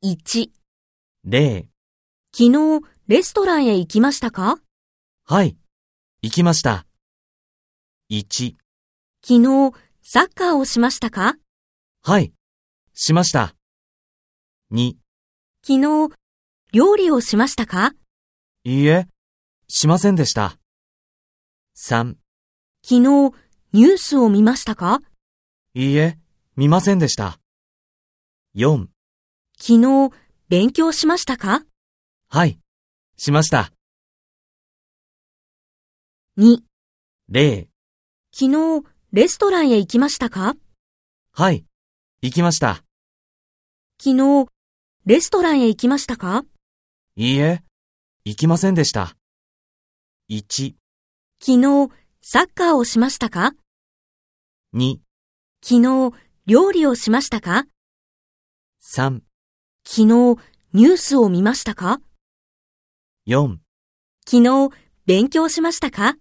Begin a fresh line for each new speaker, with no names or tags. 1、
0
昨日レストランへ行きましたか
はい、行きました。1、
昨日サッカーをしましたか
はい、しました。2、
昨日料理をしましたか
いいえ、しませんでした。3、
昨日ニュースを見ましたか
いいえ、見ませんでした。4、
昨日勉強しましたか
はい、しました。
2、
0
昨日レストランへ行きましたか
はい、行きました。
昨日レストランへ行きましたか
いいえ、行きませんでした。1、
昨日サッカーをしましたか
2、
昨日料理をしましたか
3、
昨日ニュースを見ましたか
4
昨日勉強しましたか